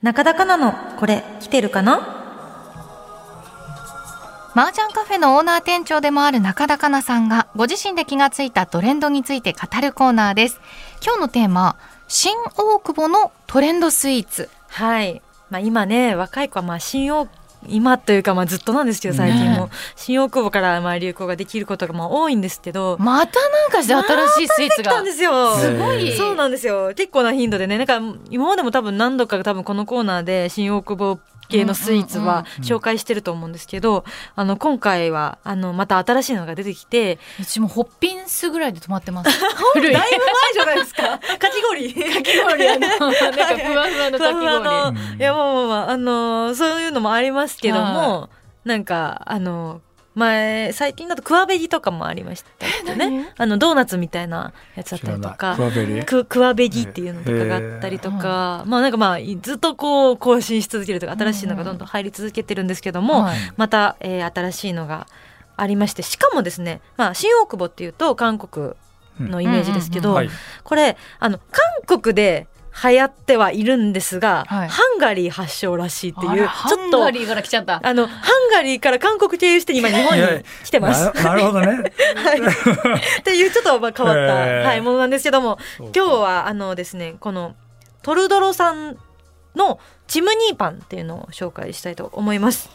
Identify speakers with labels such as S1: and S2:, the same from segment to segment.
S1: 中田香菜のこれ来てるかな
S2: 麻雀カフェのオーナー店長でもある中田香奈さんがご自身で気がついたトレンドについて語るコーナーです今日のテーマ新大久保のトレンドスイーツ
S1: はい、まあ、今ね若い子はまあ新大今というかまあずっとなんですけど最近も、新大久保からまあ流行ができることがまあ多いんですけど
S2: またなんかして新しいスイーツ
S1: 来た
S2: が
S1: んですよ
S3: すごい
S1: そうなんですよ結構な頻度でねなんか今までも多分何度か多分このコーナーで新大久保系のスイーツは紹介してると思うんですけど、あの今回はあのまた新しいのが出てきて
S2: うちもホッピンスぐらいで止まってます古い
S1: だいぶ前じゃない ですかかき氷かき
S2: 氷あのなんかふわふわのかき
S1: ふわふわ
S2: 氷
S1: の
S3: うん
S1: いやもうまあまああのーそういうのもありますけど
S2: は
S1: もなんかあの前最近だとクワベギとかもありましたよねあのドーナツみたいなやつだったりと
S3: ク
S1: か
S3: ワベリ
S1: ククワベギっていうのとかがあったりとかまあなんかまあずっとこう更新し続けるとか新しいのがどんどん入り続けてるんですけども、
S2: はい
S1: また、えー新しいのがありましてしかもですね、まあ、新大久保っていうと韓国のイメージですけど、
S2: うんうんうん
S3: はい
S1: これあの韓国で流行ってはいるんですが、
S2: はい
S1: ハンガリー発祥らしいって
S2: あ
S1: いう
S2: ら
S1: ちょっ
S2: ハンガ
S1: と
S2: リーから来ちゃった
S1: あのハンガリーから韓国経由して今日本に
S3: いやいや
S1: 来てます。
S3: ななるほどね
S1: はい、っていうちょっとまあ変わった、
S3: へー
S1: はい、ものなんですけども
S3: そうか
S1: 今日はあのですねこのトルドロさんのチムニーパンっていうのを紹介したいと思います。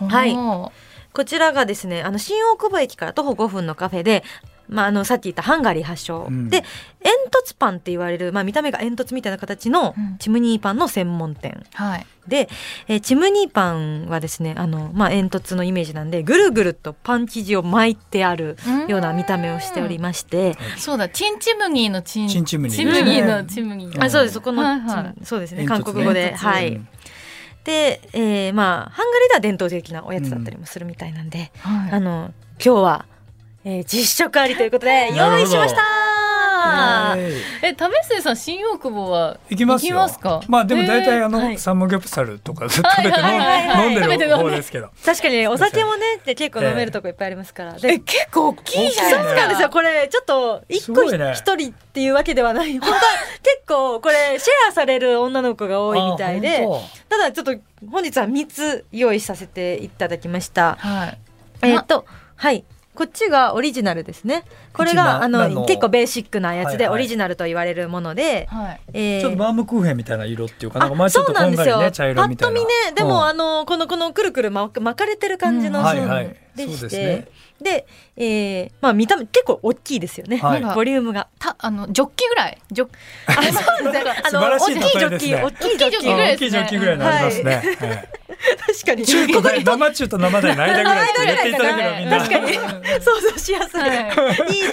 S1: はい
S2: おー
S1: こちらがですね、あの新大久保駅から徒歩5分のカフェで、まあ、あのさっき言ったハンガリー発祥、
S3: うん
S1: で煙突パンって言われる、まあ、見た目が煙突みたいな形の
S2: うん
S1: チムニーパンの専門店
S2: はい
S1: で、えーチムニーパンはですねあの、まあ、煙突のイメージなんでぐるぐるとパン生地を巻いてあるような見た目をしておりまして
S2: そうだチンチムニーのチン
S3: チンチムニー
S2: ムニーのチムニー
S3: うん
S1: あそうですそこの、
S2: はいは
S1: そうですね
S3: 煙突
S1: 韓
S3: ね
S1: 国語で、
S2: 煙突
S1: はいで、えーまあ、ハンガリーでは伝統的なおやつだったりもするみたいなんで、
S2: はい
S1: あの今日は、えー実食ありということで
S3: な
S1: 用
S3: るほど
S1: 意しました
S3: イエーイ
S2: え、為末さん新大久保は
S3: 行きますよ
S2: 行きますか
S3: まあでも大体あの、
S1: えーはい
S3: サムギョプサルとか食べて飲ん,、
S2: はいはい
S1: はいはい
S3: 飲んでる方ですけど
S1: 確かにお酒もねで結構飲めるとこいっぱいありますから、で
S2: 結構大き
S3: いじ
S1: そう
S3: ゃ
S1: なんですよこれちょっと一個
S3: すごいね
S1: 一人っていうわけではない 本当は結構これシェアされる女の子が多いみたい
S3: あ
S1: で
S3: 本
S1: ただちょっと本日は3つ用意させていただきました
S2: はい。
S1: えーっとはいこっちがオリジナルですねこれがあ
S3: オリジナルな
S1: の
S3: の
S1: 結構ベーシックなやつで
S3: はいはい
S1: オリジナルと言われるもので、
S2: はい。
S1: えー
S3: ちょっとバームクーヘンみたいな色っていうかなんかま
S1: あ
S3: あちょ
S1: そ
S3: っ
S1: う
S3: と
S1: な
S3: こ
S1: ん
S3: ん
S1: で
S3: が
S1: す
S3: り
S1: よ。
S3: ね茶色みたいな
S1: ぱっと見ね、でも、
S3: うん
S1: あの、この、この、くるくる巻く巻かれてる感じの、
S2: うん
S3: はいはい
S1: で
S3: そう
S1: し
S3: です
S1: て
S3: ね、
S1: で、えー、まあ、見た目、結構大きいですよね。
S3: はい
S1: ボリュームが。
S2: た、あの、ジョッキぐらい。ジョッキ。
S1: あ、 そうですね。あの、
S3: 素晴
S1: 大
S3: らし
S1: き
S3: い
S1: いジョ
S3: 例え
S1: ッ
S3: です
S1: キ、
S3: ね
S1: 大きいジョッ
S2: 大きいジョッ
S1: キ
S2: キぐらい
S1: が。
S3: 大きいジョッキぐらいになりますね、はい
S1: 確かに。
S3: 中
S1: ここ
S3: 途だ生中と生での間ぐらいって言っていただければみんな
S1: 確かに想像しや すい、、
S2: はい
S1: い例え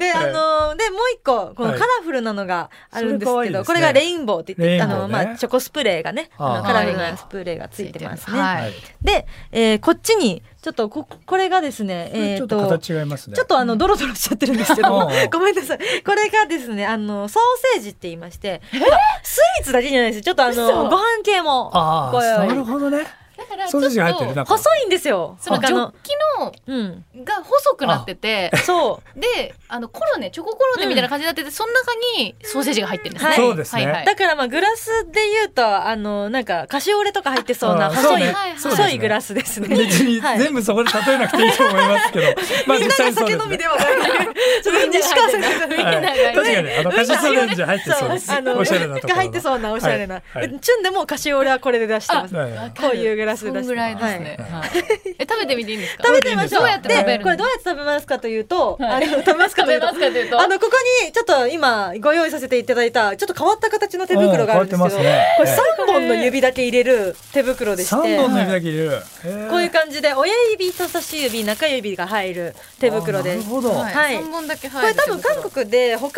S1: であのでもう一個この
S3: はい
S1: カラフルなのがあるんですけど、
S3: それ可愛いですね
S1: これがレインボーって言って、
S3: レインボ
S1: あ
S3: ーね
S1: のまあチョコスプレーがねあの
S3: あー
S1: カラフルなスプレーがついてますね、
S2: は
S3: はいい。
S1: で、えーこっちにちょっとここれがですねえ
S3: ち
S1: ー
S3: ょっと形違いますね
S1: ちょっとあのドロドロしちゃってるんですけども
S3: うん
S1: ごめんなさいこれがですねあのソーセージって言いましてなんかスイーツだけじゃないですちょっとあの
S2: 嘘
S1: ご飯系も
S3: あ
S1: こういう
S3: あなるほどね
S2: だから、ち
S3: ソ
S2: ょ
S3: ー
S2: っ
S3: セージが入ってる
S2: と、
S3: な
S1: 細いんですよ
S2: その
S1: なんか
S2: ジ
S1: あ
S2: ョ
S1: の
S2: ッキの、
S1: うん
S2: が細くなってて、
S1: そう
S2: で、あの、コロネ、チョココロネみたいな感じになってて、その中にソーセージが入ってるんですね。
S1: はい
S3: そうですね
S2: はいはい
S1: だからまあグラスで言うとあのなんかカシオレとか入ってそうな
S3: あー
S1: 細い、
S3: そうね
S2: はいはい
S1: 細いグラスですね。
S3: 別に
S1: はい
S3: 全部そこで例えなくていいと思います けど、まあ
S1: みん
S3: 実
S1: なが
S3: 際にそう
S1: 酒
S3: で
S1: 飲
S3: す
S1: み
S3: ね。
S1: ではない。ちょっと西川さんが
S3: は
S2: みんながね
S3: い、確かにあのカシスオレンジ入ってそうです。
S1: あの
S3: おしゃれなところの。
S1: 入ってそうなおしゃれな。
S3: はいはい
S1: チュンでもカシオレはこれで出してます。
S3: はいはい
S1: こういうグラスで
S2: そん
S1: 出してます
S2: ぐらいですね。 はいえ、食べてみていいんですか
S1: 食べてみましょう。
S2: どうやって食べる
S1: で
S2: の
S1: これどうやって食べますかというと、
S2: はい
S1: あの食べますか
S2: 食
S1: と
S2: べ
S1: いうと
S2: ますかというと。
S1: あのここにちょっと今ご用意させていただいたちょっと変わった形の手袋があるんですけど、
S3: うん変わってますね
S1: これ三本の指だけ入れる手袋でして、
S3: 三本の指だけ入れる。
S1: こういう
S3: 感
S1: 感じで親指、人差し指、中指が入る手袋で
S3: なる
S1: す。
S3: ほど。
S2: はい
S1: はい
S2: 三本だけ
S1: こ
S2: 入
S1: れ
S2: る
S1: 多分韓国で他の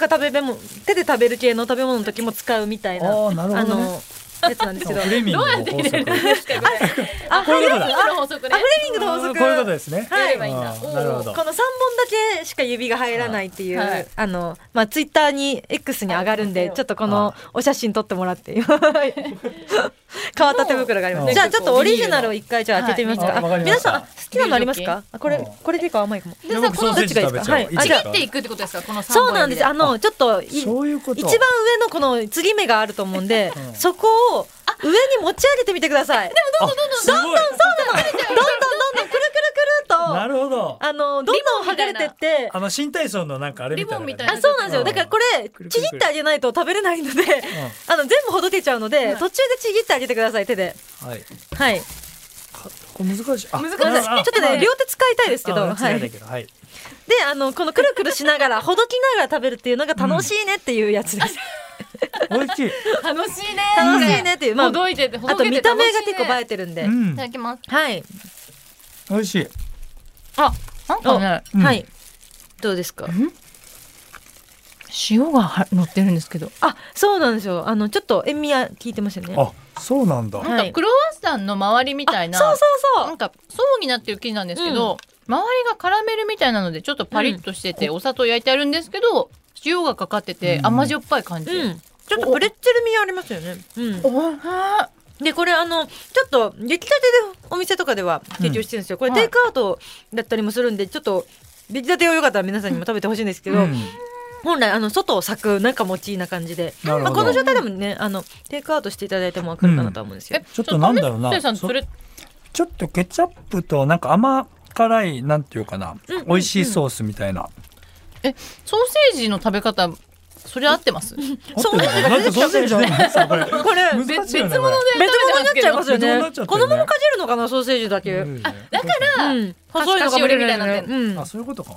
S1: なんか食べべも手で食べる系の食べ物の時も使うみたいな
S3: あーなるほどね
S1: あのやつなんですけど。あ
S3: フレミングの法則。
S1: あフ
S3: こういうこと
S2: 手
S3: だ。
S2: 袋の法則ね
S1: レミングの法
S3: こう
S1: 則。
S3: いうことですね。
S1: はい
S2: やればいいんだ
S3: あー
S2: おー
S3: なるほど。
S1: この3本だけしか指が入らないっていう、
S2: はいはい
S1: あの、まあ、ツイッターに X に上がるんで、
S2: あ
S1: ちょっとこのお写真撮ってもら って、はい変わった手袋がありま
S3: う
S1: す。
S3: ん
S1: じゃあちょっとオリジナルを一回じゃあ当ててみます
S3: はい
S1: か。
S3: わか
S1: あ
S3: りま
S1: 皆
S3: し
S1: さ
S3: た
S1: ん、あ好きなのありますかあこ
S3: うん
S1: れ、これでか甘いかも。
S2: で
S3: で
S2: さ
S3: 僕
S2: こ
S3: ソ
S2: の
S3: ーセージ食べちゃ
S1: は
S3: う
S1: い。
S3: いい
S1: あじ
S3: です
S1: ゃ
S2: 切
S1: あ
S3: か
S2: っていくってことですかこの三本
S1: そうなんです。あの、ちょっとい、
S3: そういうこと
S1: 一番上のこの継ぎ目があると思うんで
S3: う、ん
S1: そこを上に持ち上げてみてください。でも
S3: どんどんどんどんどんどん
S1: どんどんどんどんくるくるくる
S3: な
S1: と、
S3: るほど
S1: あの、どんどん剥がれてって、
S3: あの新体操のなんかあれみた
S2: リ
S3: いな
S2: ボンみたい
S1: あ、そうなんですよ。だからこれ
S3: くるく、る
S1: ちぎってあげないと食べれないので、 あの、全部ほどけちゃうので、途中でちぎってあげてください、手で。
S3: うんはい
S1: はい。
S3: かこれ難しいあ
S1: ごめんなさいちょっとね、両手使いたいですけど、
S3: あ
S1: は
S3: 間違
S1: い。
S3: いな
S1: で、
S3: いけどはい
S1: あの、このくるくるしながら、ほどきながら食べるっていうのが楽しいねっていうやつです。
S3: 美味 しい
S2: 楽しいね
S1: 楽しいねっていう、まあ、
S4: ほどいてて、ほ
S1: あ
S4: ど
S1: と
S4: け
S1: 見
S4: て
S1: た
S4: 楽し
S1: 目
S4: いね
S1: が結構映えてるんで。
S3: うん
S2: いただきます
S1: はい。
S3: 美味しい
S2: なんかね
S3: うん
S1: はい。どうですか
S2: 塩がは乗ってるんですけど
S1: あ、そうなんですよ。あの、ちょっと塩味は効いてましたよね。
S3: あそうなんだ
S1: は
S4: なんかクロワッサンの周りみたいな、
S1: あそうそ
S4: な
S1: うそうん
S4: か層になってる生地なんですけど、周りがカラメルみたいなのでちょっとパリッとしてて、お砂糖焼いてあるんですけど塩がかかってて
S3: うん
S4: 甘じょっぱい感じ、
S1: うん。ちょっとプレッツェル味ありますよね。うん。
S4: おいしい
S1: でこれあのちょっと出来たてでお店とかでは提供してるんですよ、これ
S4: はい
S1: テイクアウトだったりもするんでちょっと出来たてをよかったら皆さんにも食べてほしいんですけど、
S3: うん
S1: 本来あの外を咲く中もちいいな感じで、
S3: なる
S1: まあ、
S3: ほ
S1: この
S3: ど
S1: 状態でもねあのテイクアウトしていただいても分かるかなとは思うんですよ、
S4: え
S3: ちょっとなんだろうな
S4: ちょっと試してさんそれ
S3: ちょっとケチャップとなんか甘辛いなんていうかな
S1: うんうん
S3: 美味しいソースみたいな
S4: ソーセージの食べ方それ合ってます
S1: ソーセージが
S3: なんかソーセージじゃないんですかこれ
S1: これ
S3: 難
S1: 別
S3: しいよね
S4: 別物で
S3: これ
S1: 物になっちゃいますよ
S3: 別物
S1: ね
S3: になっちゃって
S1: こ
S3: る
S1: の
S3: ね
S1: ままかじるのかなソーセージだけ、うん
S3: だか
S1: 細
S3: ら
S1: いのかもしれないね
S4: 貸し折りみたいになってん
S1: うん
S3: あ、そういうことか。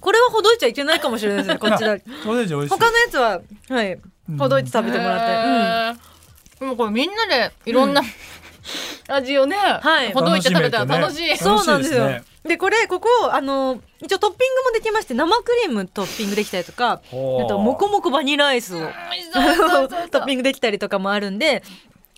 S1: これはほどいちゃいけないかもしれないですねこっちだ
S3: あ
S1: け
S3: ソーセージ美味しい。
S1: 他のやつははいほどいて食べてもらって、
S4: へーでもこれみんなでいろんな、 味をね、
S1: はい
S4: ほどいて食べたら楽しい
S3: 楽しめてね
S1: そうなんですよ。
S3: 楽しい
S1: で
S3: です
S1: これここあの一応トッピングもできまして生クリームトッピングできたりとか、
S3: ほう
S1: あともこもこバニラアイスを
S4: 美味し
S1: ト
S4: そうそうそう
S1: ッピングできたりとかもあるんで、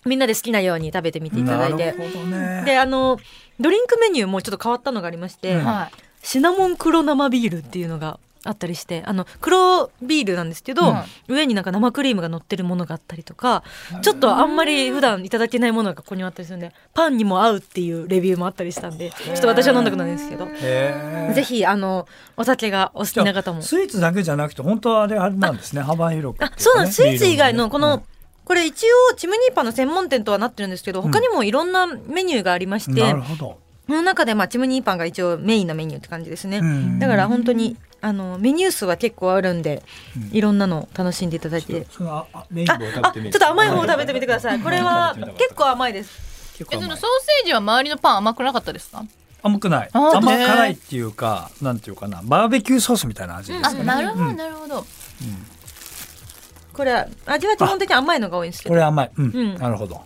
S1: みんなで好きなように食べてみていただい
S3: な
S1: て
S3: る。ほどね。
S1: であのドリンクメニューもちょっと変わったのがありまして、
S3: うん
S4: はい
S1: シナモン黒生ビールっていうのがあったりしてあの黒ビールなんですけど、
S4: うん
S1: 上になんか生クリームが乗ってるものがあったりとかちょっとあんまり普段いただけないものがここにあったりするんでパンにも合うっていうレビューもあったりしたんでちょっと私は飲んだことないんですけど。
S3: へー
S1: ぜひあのお酒がお好きな方も。
S3: スイーツだけじゃなくて、本当はあれ、あれなんですね。幅広くっていかね。
S1: あそうなんです。スイーツ以外の
S3: ビ
S1: こ
S3: ールも
S1: の、
S3: ね
S1: これ一応チムニーパンの専門店とはなってるんですけど、
S3: ん
S1: 他にもいろんなメニューがありま
S3: う
S1: し
S3: ん
S1: て、
S3: なるほど。
S1: その中でまあチムニーパンが一応メインなメニューって感じですね。
S3: うん
S1: だから本当にあのメニュー数は結構あるんで、いろんなの楽しんでいただいて。
S3: そのああメインを
S1: あ
S3: 食べ
S1: あ、
S3: て
S1: ち
S3: み
S1: ょ
S3: る
S1: っと甘い方を食べてみてください。これは
S3: 食べてみたかった
S1: 結構甘いです。
S4: え
S3: 結構
S4: そ
S3: 甘
S4: の
S3: い
S4: ソーセージは周りのパン甘くなかったですか
S3: 甘くない。
S4: あ
S3: 甘
S4: ね
S3: 辛いっていうか、なんていうかな、バーベキューソースみたいな味です
S4: あ
S3: かね。
S4: なるほど
S3: うん
S4: なるほど、
S1: これは味は基本的に甘いのが多いんですけ
S3: こ
S1: ど。
S3: れ甘い。うんん。なるほど。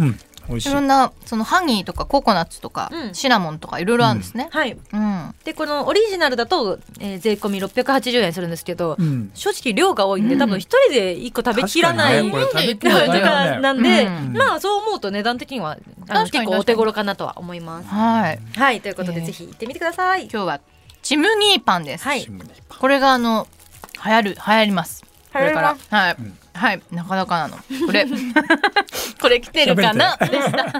S3: うん。美味しい
S2: いろ。んなそのハニーとかココナッツとか、
S1: うん
S2: シナモンとかいろいろあるんですね。
S1: はい。
S2: うん。
S1: でこのオリジナルだと、えー税込み680円するんですけど、
S3: うん。
S1: 正直量が多いんで、多分一人で一個食べきらない
S3: 確かにねこれ食べき
S1: と
S3: らないよね
S1: かなんで、
S2: うん
S1: まあそう思うと値段的にはあの
S4: 確かに
S1: 結構お手頃かなとは思います。
S2: はい。
S1: はいということで、
S2: えー
S1: ぜひ行ってみてください。
S2: 今日はチムニーパンです。
S1: はい
S3: チ。ムニーパン
S2: これがあの流行る流行ります。これから
S1: 流行
S2: はい、
S1: り
S3: ん
S2: はいなかなかなのこれこれ来てるかなでした。